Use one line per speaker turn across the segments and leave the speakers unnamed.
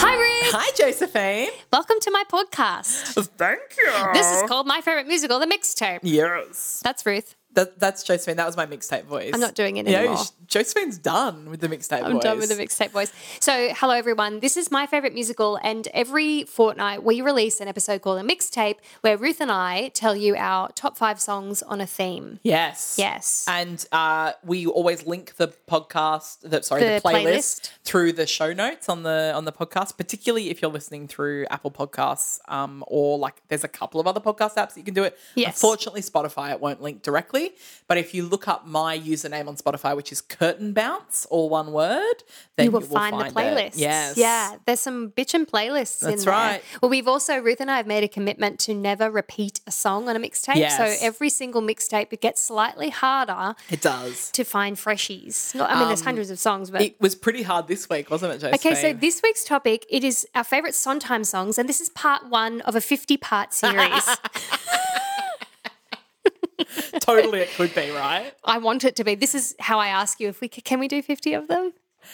Hi, Josephine.
Welcome to my podcast.
Thank you.
This is called My Favorite Musical, The Mixtape.
Yes.
That's Ruth.
That, that's Josephine. That was my mixtape voice.
I'm not doing it
You know,
anymore.
sh- Josephine's done with the mixtape voice.
I'm done with the mixtape voice. So, hello everyone. This is my favorite musical, and every fortnight we release an episode called a mixtape, where Ruth and I tell you our top five songs on a theme.
Yes.
Yes.
And uh, we always link the podcast, the, sorry, the,
The
playlist,
playlist.
through the show notes on the on the podcast. Particularly if you're listening through Apple Podcasts, um, or like there's a couple of other podcast apps that you can do it.
Yes.
Unfortunately, Spotify it won't link directly, but if you look up my username on Spotify, which is Curtain Bounce, all one word, then
you will find, the playlist.
It. Yes.
Yeah. There's some bitchin' playlists in
That's
there.
right.
Well, we've also, Ruth and I have made a commitment to never repeat a song on a mixtape.
Yes.
So every single mixtape, it gets slightly harder
It does.
to find freshies. Not, I mean,
Um,
there's hundreds of songs, but.
It was pretty hard this week, wasn't it, Josephine?
Okay, so this week's topic it is our favorite Sondheim songs, and this is part one of a fifty-part series.
totally it could be, right?
I want it to be. This is how I ask you if we c- can we do fifty of them.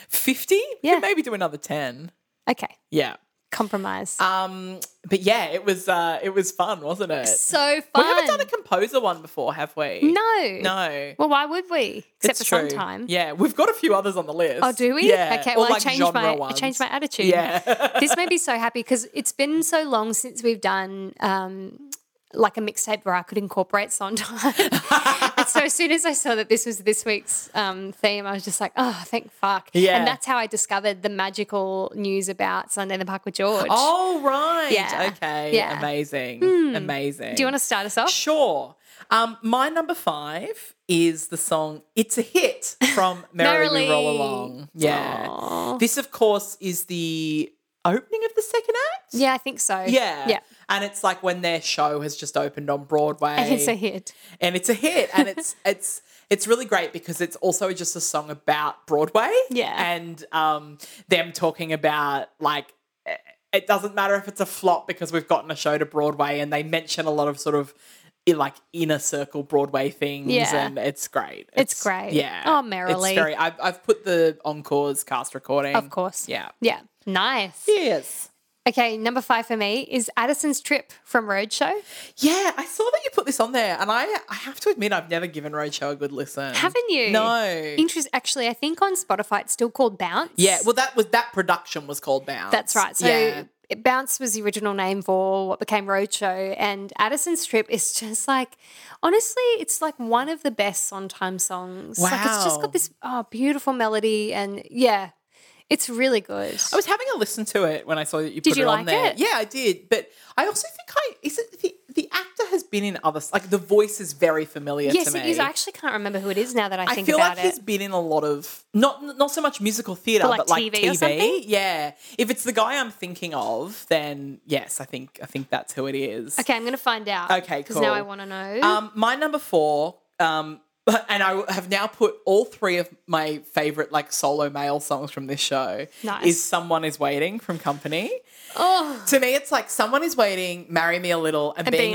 50?
Yeah.
Maybe do another 10.
Okay,
Yeah.
compromise.
Um, but yeah, it was uh, it was fun, wasn't it?
so fun.
we haven't done a composer one before, have we?
no,
no.
Well, why would we? Except
It's
for
true.
Sondheim.
Yeah, we've got a few others on the list.
Oh, do we?
Yeah.
Okay.
Or,
Well, I
like,
changed
genre
my
ones.
I changed my attitude.
Yeah.
this made me so happy because it's been so long since we've done um, like a mixtape where I could incorporate Sondheim. and so as soon as I saw that this was this week's um, theme, I was just like, oh, thank fuck.
Yeah.
And that's how I discovered the magical news about Sunday in the Park with George.
oh right.
Yeah.
Okay.
Yeah. Hmm.
Amazing. Amazing.
Do you want to start us off?
Sure. Um, my number five is the song "It's a Hit" from Merrily We Roll
Merrily.
Along. Yeah. This, of course, is the opening of the second act.
Yeah, I think so.
Yeah.
Yeah.
And it's like when their show has just opened on Broadway.
And it's a hit.
And it's a hit. And it's it's it's really great because it's also just a song about Broadway.
Yeah.
And um them talking about like eh, it doesn't matter if it's a flop because we've gotten a show to Broadway and they mention a lot of sort of eh, like inner circle Broadway things
Yeah.
and it's great.
It's great.
Yeah.
Oh, Merrily.
It's very I've I've put the Encores cast recording.
Of course.
Yeah.
Yeah. Nice.
Yes.
Okay, number five for me is Addison's Trip from Roadshow.
Yeah, I saw that you put this on there, and I I have to admit I've never given Roadshow a good listen.
Haven't you?
No.
Interest actually, I think on Spotify it's still called Bounce.
yeah, well that was that production was called Bounce.
That's right. So
yeah.
Bounce was the original name for what became Roadshow, and Addison's Trip is just like, honestly, it's like one of the best Sondheim songs. Like it's just
Wow.
got this oh, beautiful melody, and yeah, it's really good.
I was having a listen to it when I saw that you put
you
it
like
on there.
it?
Yeah, I did. But I also think I is it the, the actor has been in other like the voice is very familiar
yes,
to me.
it is. I actually can't remember who it is now that I
I
think
feel
about
like
it.
he's been in a lot of not not so much musical theatre,
But like
but like
TV or
TV.
something?
yeah, if it's the guy I'm thinking of, then yes, I think I think that's who it is.
Okay, I'm going to find out.
Okay,
Because now I
cool.
want to know.
Um, my number four, um, and I have now put all three of my favorite like solo male songs from this show.
Nice.
Is "Someone Is Waiting" from Company.
oh,
To me, it's like "Someone Is Waiting," "Marry Me a Little," and,
And
"Being,
Being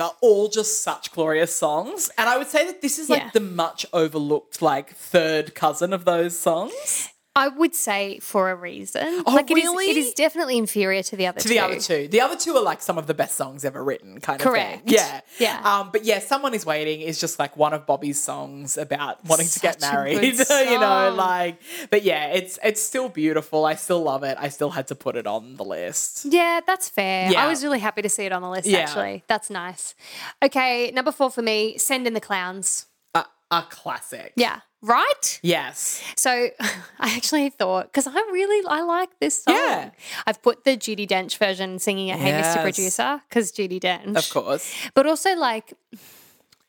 Alive.
are all just such glorious songs. And I would say that this is like
Yeah.
the much overlooked like third cousin of those songs.
I would say for a reason.
Oh,
like it is-
really?
it is definitely inferior to the other
To the other two, the other two are like some of the best songs ever written, kind of
Correct.
thing. Yeah,
Yeah.
Um, but yeah, "Someone Is Waiting" is just like one of Bobby's songs about wanting to get
Such a
married.
good
you know,
song.
like, but yeah, it's it's still beautiful. I still love it. I still had to put it on the list.
Yeah, that's fair.
Yeah.
I was really happy to see it on the list,
Yeah.
actually. That's nice. Okay, number four for me Send in the Clowns.
A, a classic.
Yeah. Right?
Yes.
So I actually thought, because I really I like this song.
Yeah.
I've put the Judy Dench version singing at Hey
Yes.
Mr. Producer, because Judy Dench.
Of course.
But also like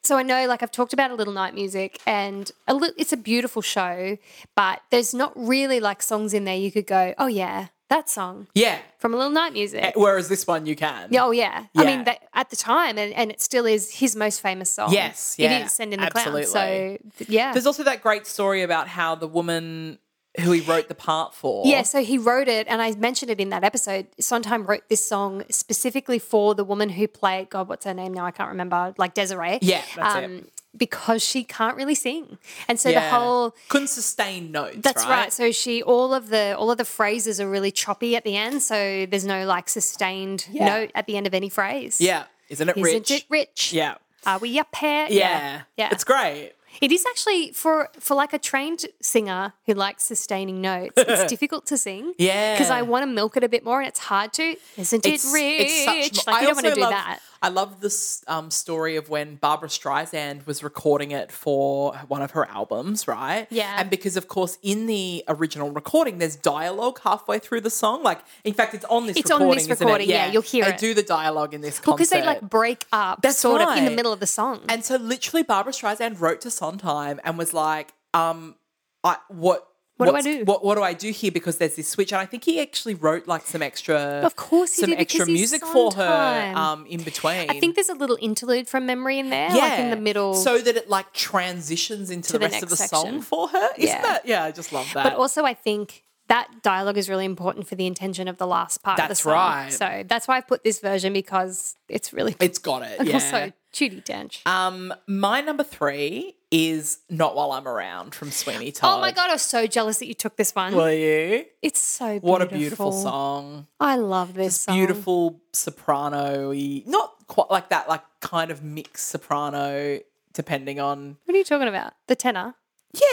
so I know like I've talked about a little night music and a li- it's a beautiful show, but there's not really like songs in there you could go, Oh yeah, that song
Yeah.
from a little night music.
Whereas this one, you can.
Yeah, Oh yeah. I
Yeah.
mean, that, at the time, and, and it still is his most famous song.
Yes,
it
yeah,
is "Send in the Clowns." So
absolutely.
th- yeah,
There's also that great story about how the woman who he wrote the part for.
yeah. So he wrote it, and I mentioned it in that episode. Sondheim wrote this song specifically for the woman who played God. What's her name now? I can't remember. Like Desiree.
Yeah, that's it.
um, because she can't really sing. And so the
Yeah.
whole
couldn't sustain notes.
that's right.
right.
So she all of the all of the phrases are really choppy at the end, so there's no like sustained
Yeah.
note at the end of any phrase.
Yeah, isn't it
Isn't
rich?
it rich?
Yeah.
Are we up here?
yeah,
Yeah.
It's great.
It is actually for for like a trained singer who likes sustaining notes. It's difficult to sing.
Yeah.
Because I want to milk it a bit more and it's hard to. Isn't it rich?
mo-
like I, don't want to
also
do
love-
that.
I love this um, story of when Barbara Streisand was recording it for one of her albums, right?
Yeah.
And because, of course, in the original recording, there's dialogue halfway through the song. Like, in fact, it's on this
It's on
recording.
this
isn't it?
recording, yeah, you'll hear
they
it.
do the dialogue in this
Because
concert.
they like break up sort of in the
right.
middle of the song.
And so literally Barbara Streisand wrote to Sondheim and was like, um, I what
What do I
what's-
do?
What, what do I do here? Because there's this switch, and I think he actually wrote like some extra,
Of course he
some
did, because
extra
he's
music for her
Sondheim.
um, in between.
I think there's a little interlude from memory in there,
yeah,
like in the middle.
so that it like transitions into the,
the
rest of the
next
song
section.
for her. Isn't
Yeah.
that? Yeah, I just love that.
but also, I think that dialogue is really important for the intention of the last part of the
That's
song.
right.
So that's why I put this version because it's really
it's got it. Yeah.
also Judy Dench.
um, my number three is "Not While I'm Around" from Sweeney Todd.
oh my god, I was so jealous that you took this one.
Will you?
It's so beautiful.
What a beautiful song.
I love this song.
beautiful soprano y not quite like that, like kind of mixed soprano, depending on
What are you talking about? The tenor.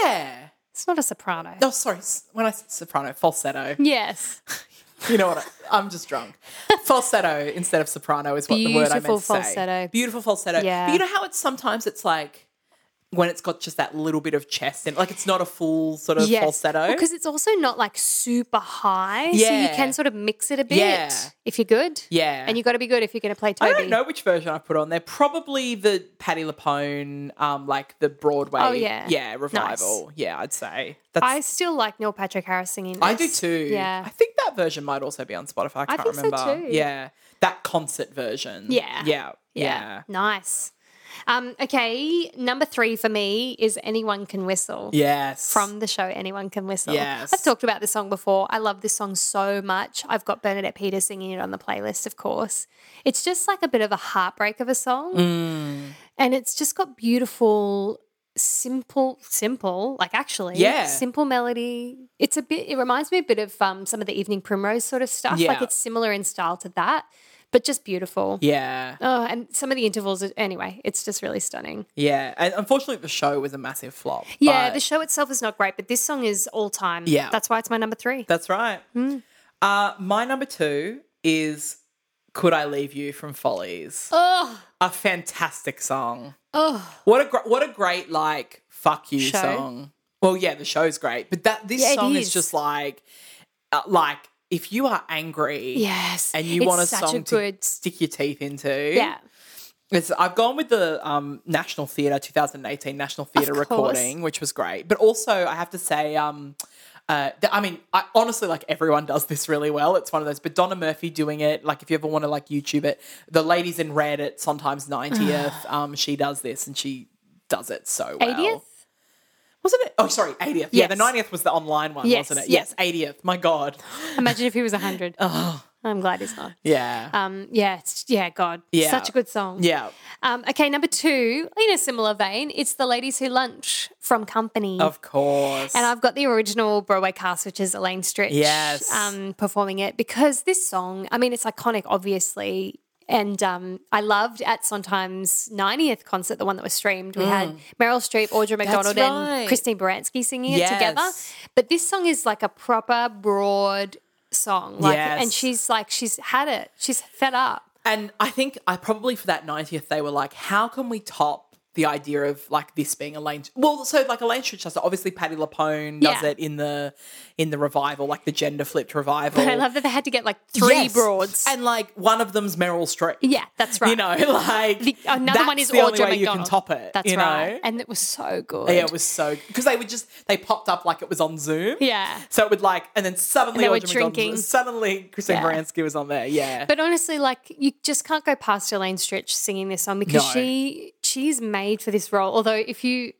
Yeah.
It's not a soprano.
No, Oh, sorry, s- when I said soprano, falsetto.
Yes.
You know what? I, I'm just drunk. Falsetto instead of soprano is what the word I
Beautiful
meant to say.
falsetto.
Beautiful falsetto.
Yeah.
But you know how it's sometimes it's like when it's got just that little bit of chest in it, like it's not a full sort of
Yes.
falsetto.
Because it's also not like super high. So you
Yeah.
can sort of mix it a bit
Yeah.
if you're good.
Yeah.
And you got to be good if you're going to play Toby.
I don't know which version I put on there. Probably the Patty Lapone, um, like the Broadway,
Oh, yeah.
revival. Yeah, I'd say that's.
I still like Neil Patrick Harris singing.
I do
this.
too.
Yeah.
I think that version might also be on Spotify. I
think
can't
so
remember.
too.
Yeah, that concert version.
Yeah.
yeah, yeah.
yeah. Nice. Um, okay. Number three for me is Anyone Can Whistle.
Yes.
From the show Anyone Can Whistle.
Yes.
I've talked about this song before. I love this song so much. I've got Bernadette Peters singing it on the playlist, of course. It's just like a bit of a heartbreak of a song.
Mm.
And it's just got beautiful, simple, simple, like actually,
Yeah.
simple melody. It's a bit, it reminds me a bit of um, some of the Evening Primrose sort of stuff. Like
Yeah.
it's similar in style to that, but just beautiful.
yeah,
Oh, and some of the intervals. Are, anyway, it's just really stunning.
yeah. And unfortunately, the show was a massive flop.
Yeah,
but
the show itself is not great, but this song is all time.
Yeah.
that's why it's my number three.
that's right.
Mm.
Uh, my number two is "Could I Leave You" from Follies.
oh,
A fantastic song.
oh,
What a gr- what a great like fuck you
Show.
song. Well, yeah, the show's great, but that this
Yeah, it
song is.
is.
just like uh, like if you are angry
yes.
and you
It's
want a
such
song
good-
to stick your teeth into.
yeah,
It's, I've gone with the um, National Theatre 2018 National Theatre
course.
recording, which was great. But also, I have to say, um, uh, th- I mean, I, honestly, like everyone does this really well. It's one of those. But Donna Murphy doing it, like if you ever want to like YouTube it, the ladies in red at sometimes 90th, um, she does this and she does it so well.
80th.
wasn't it? Oh, sorry, 80th. Yeah, the
Yes.
90th was the online one,
Yes,
wasn't it?
yeah.
Yes, 80th. My God,
Imagine if he was hundred. oh, I'm glad he's not.
yeah,
Um, yeah, it's, yeah, God,
Yeah.
such a good song.
yeah,
Um, okay, number two, in a similar vein, it's the ladies who lunch from Company.
of course.
And I've got the original Broadway cast, which is Elaine Stritch,
Yes.
um, performing it because this song, I mean, it's iconic, obviously. And um, I loved at Sondheim's 90th concert, the one that was streamed, we had Meryl Streep, Audra McDonald,
Mm. right.
and Christine Baranski singing it together.
Yes.
But this song is like a proper, broad song. Like, And
Yes.
she's like, she's had it, she's fed up.
And I think I probably for that 90th, they were like, how can we top the idea of like this being Elaine? Well, so like Elaine Stritch does it. Obviously, Patty Lapone does
Yeah.
it in the in the revival, like the gender flipped revival.
But I love that they had to get like three
Yes.
broads.
and like one of them's Meryl Streep.
yeah, that's right.
You know, like
The- another
that's
one is
the only
Audra
way you can
McDonald.
top it.
That's
you
right.
Know?
And it was so good.
yeah, it was so because they would just they popped up like it was on Zoom.
Yeah.
So it would like, and then suddenly
they were
Audra McDonald-
drinking.
Suddenly, Christine
Yeah.
Baranski was on there. Yeah.
But honestly, like you just can't go past Elaine Stritch singing this song because
No.
she she's made for this role. Although if you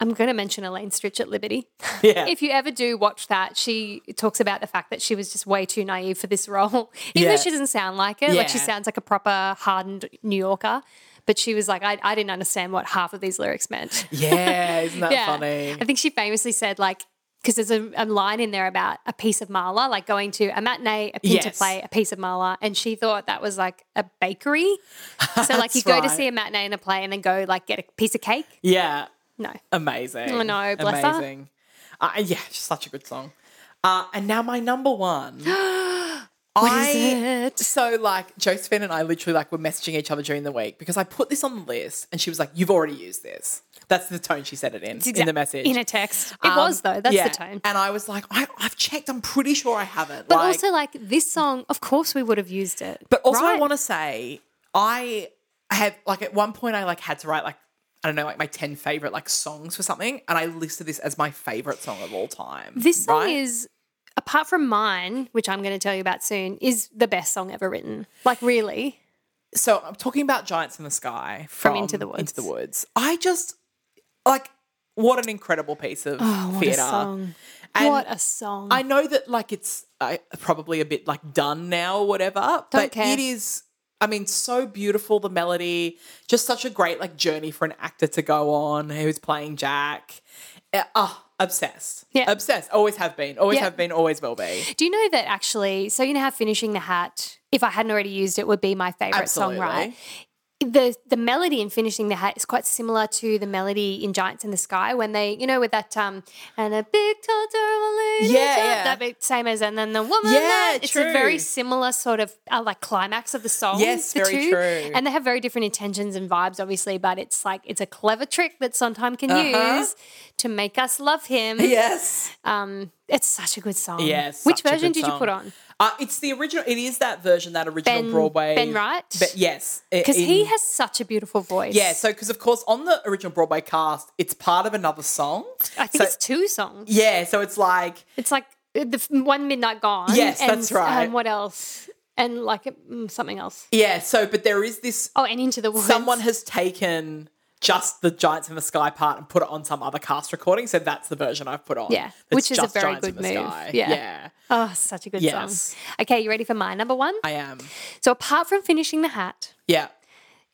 I'm going to mention Elaine Stritch at Liberty.
yeah.
If you ever do watch that, she talks about the fact that she was just way too naive for this role. Even
Yeah.
though she doesn't sound like it, like she
Yeah.
sounds like a proper hardened New Yorker. But she was like, I, I didn't understand what half of these lyrics meant.
Yeah, isn't that
Yeah.
funny?
I think she famously said, like, because there's a, a line in there about a piece of mala, like going to a matinee, a pinta
Yes.
play, a piece of mala. And she thought that was like a bakery. So, like, you
That's
go to
right.
see a matinee and a play and then go, like, get a piece of cake.
Yeah,
No.
amazing.
I know, bless her.
amazing. Uh, yeah, she's such a good song. Uh, and now my number one. I
it?
so like Josephine and I literally like were messaging each other during the week because I put this on the list and she was like, "You've already used this." That's the tone she said it in in the message.
In a text. It
Um,
was, though. That's
yeah.
the tone.
And I was like, I, I've checked. I'm pretty sure I haven't.
But
Like-
also, like this song, of course we would have used it.
But also, I
right?
want to say I have like at one point I like had to write like I don't know like my ten favorite like songs for something, and I listed this as my favorite song of all time.
this song
right?
is, apart from mine, which I'm going to tell you about soon, is the best song ever written. Like really,
so I'm talking about Giants in the Sky from,
Into the Woods.
Into the Woods. I just like what an incredible piece of
Oh, what
theater.
a song!
Uh, And
what a song!
I know that like it's uh, probably a bit like done now or whatever, but
care.
it is. I mean, so beautiful the melody, just such a great like journey for an actor to go on who's playing Jack. Uh, oh, obsessed.
Yeah.
obsessed. Always have been. Always
Yeah.
have been. Always will be.
Do you know that actually? So you know how finishing the hat, if I hadn't already used it, would be my favorite
Absolutely.
song, right? The the melody in finishing the hat is quite similar to the melody in Giants in the Sky when they, you know, with that um and a big tall terrible lady,
Yeah,
turned
yeah.
that bit, same as and then the woman.
Yeah,
that- it's a
true.
very similar sort of uh, like climax of the song.
Yes,
the
very
two,
true.
And they have very different intentions and vibes, obviously, but it's like it's a clever trick that Sondheim can
Uh-huh.
use to make us love him.
Yes.
Um, it's such a good song.
Yeah, such
Which
a
version
good
did you
song.
put on?
Uh, it's the original. It is that version, that original
Ben-
Broadway.
Ben Wright?
But yes,
Because he has such a beautiful voice.
Yeah, so because of course on the original Broadway cast, it's part of another song.
I think
so-
it's two songs.
Yeah, so it's like
It's like uh, the f- one midnight gone.
Yes,
and,
that's right.
Um, what else? And like mm, something else.
yeah, so but there is this
Oh, and into the woods.
someone has taken just the Giants in the Sky part and put it on some other cast recording, so that's the version I've put on.
Yeah,
That's
which is a
just
very
Giants in
good
the
move.
Sky.
Yeah.
yeah,
Oh, such a good
Yes.
song. Okay, you ready for my number one?
I am.
so apart from finishing the hat,
Yeah,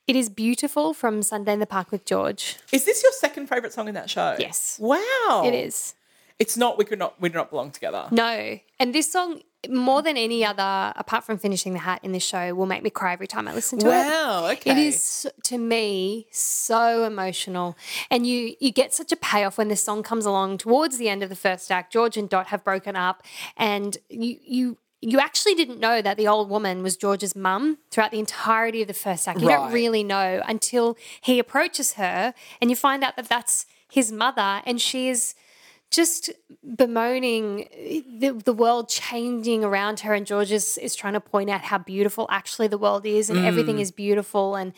it is beautiful from Sunday in the Park with George.
is this your second favorite song in that show?
Yes.
Wow,
It is.
It's not. We could not. We do not belong together.
No. And this song, more than any other, apart from finishing the hat in this show, will make me cry every time I listen to it.
Wow. Okay.
It is to me so emotional, and you you get such a payoff when the song comes along towards the end of the first act. George and Dot have broken up, and you you. You actually didn't know that the old woman was George's mum throughout the entirety of the first act. You don't
Right.
really know until he approaches her and you find out that that's his mother and she is just bemoaning the, the world changing around her and george is, is trying to point out how beautiful actually the world is and
Mm.
everything is beautiful and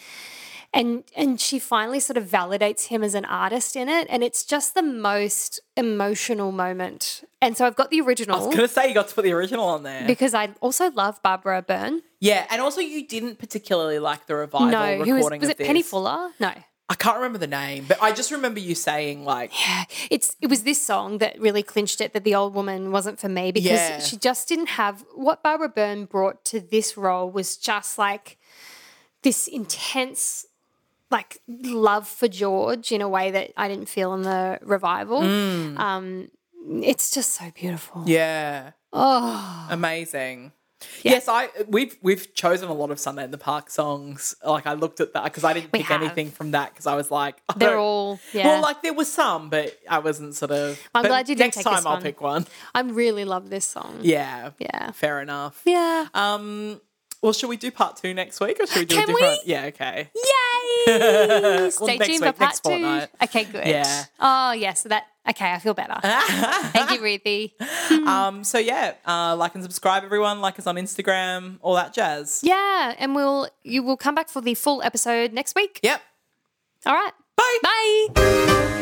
and and she finally sort of validates him as an artist in it and it's just the most emotional moment and so i've got the
I was
original
gonna say you got to put the original on there.
because i also love barbara byrne
yeah, and also you didn't particularly like the revival
no
recording
who was
of
was it
this.
penny fuller no
I can't remember the name, but I just remember you saying like,
it's it was this song that really clinched it that the old woman wasn't for me because
Yeah.
she just didn't have what Barbara Byrne brought to this role was just like this intense like love for George in a way that I didn't feel in the revival. Um, it's just so beautiful.
Mm. yeah, oh, amazing. Yes, I we've we've chosen a lot of Sunday in the Park songs. Like I looked at that because I didn't
We
pick
have.
anything from that because I was like, I
They're
don't-
all yeah.
Well, like there were some, but I wasn't sort of.
I'm
but
glad you didn't
Next
take
time
this
I'll
one.
pick one.
I really love this song.
Yeah,
Yeah.
fair enough.
Yeah.
Um. Well, should we do part two next week, or should we do a
Can we?
different? Yeah. Okay.
Yay! Stay
next
tuned for
week,
part
next
two.
fortnight.
Okay, good.
Yeah.
Oh yeah, so that okay, I feel better. Thank you, Ruthie.
Um. So yeah, uh, like and subscribe, everyone. Like us on Instagram, all that jazz.
Yeah, and we'll you will come back for the full episode next week.
Yep.
All right.
Bye.
Bye.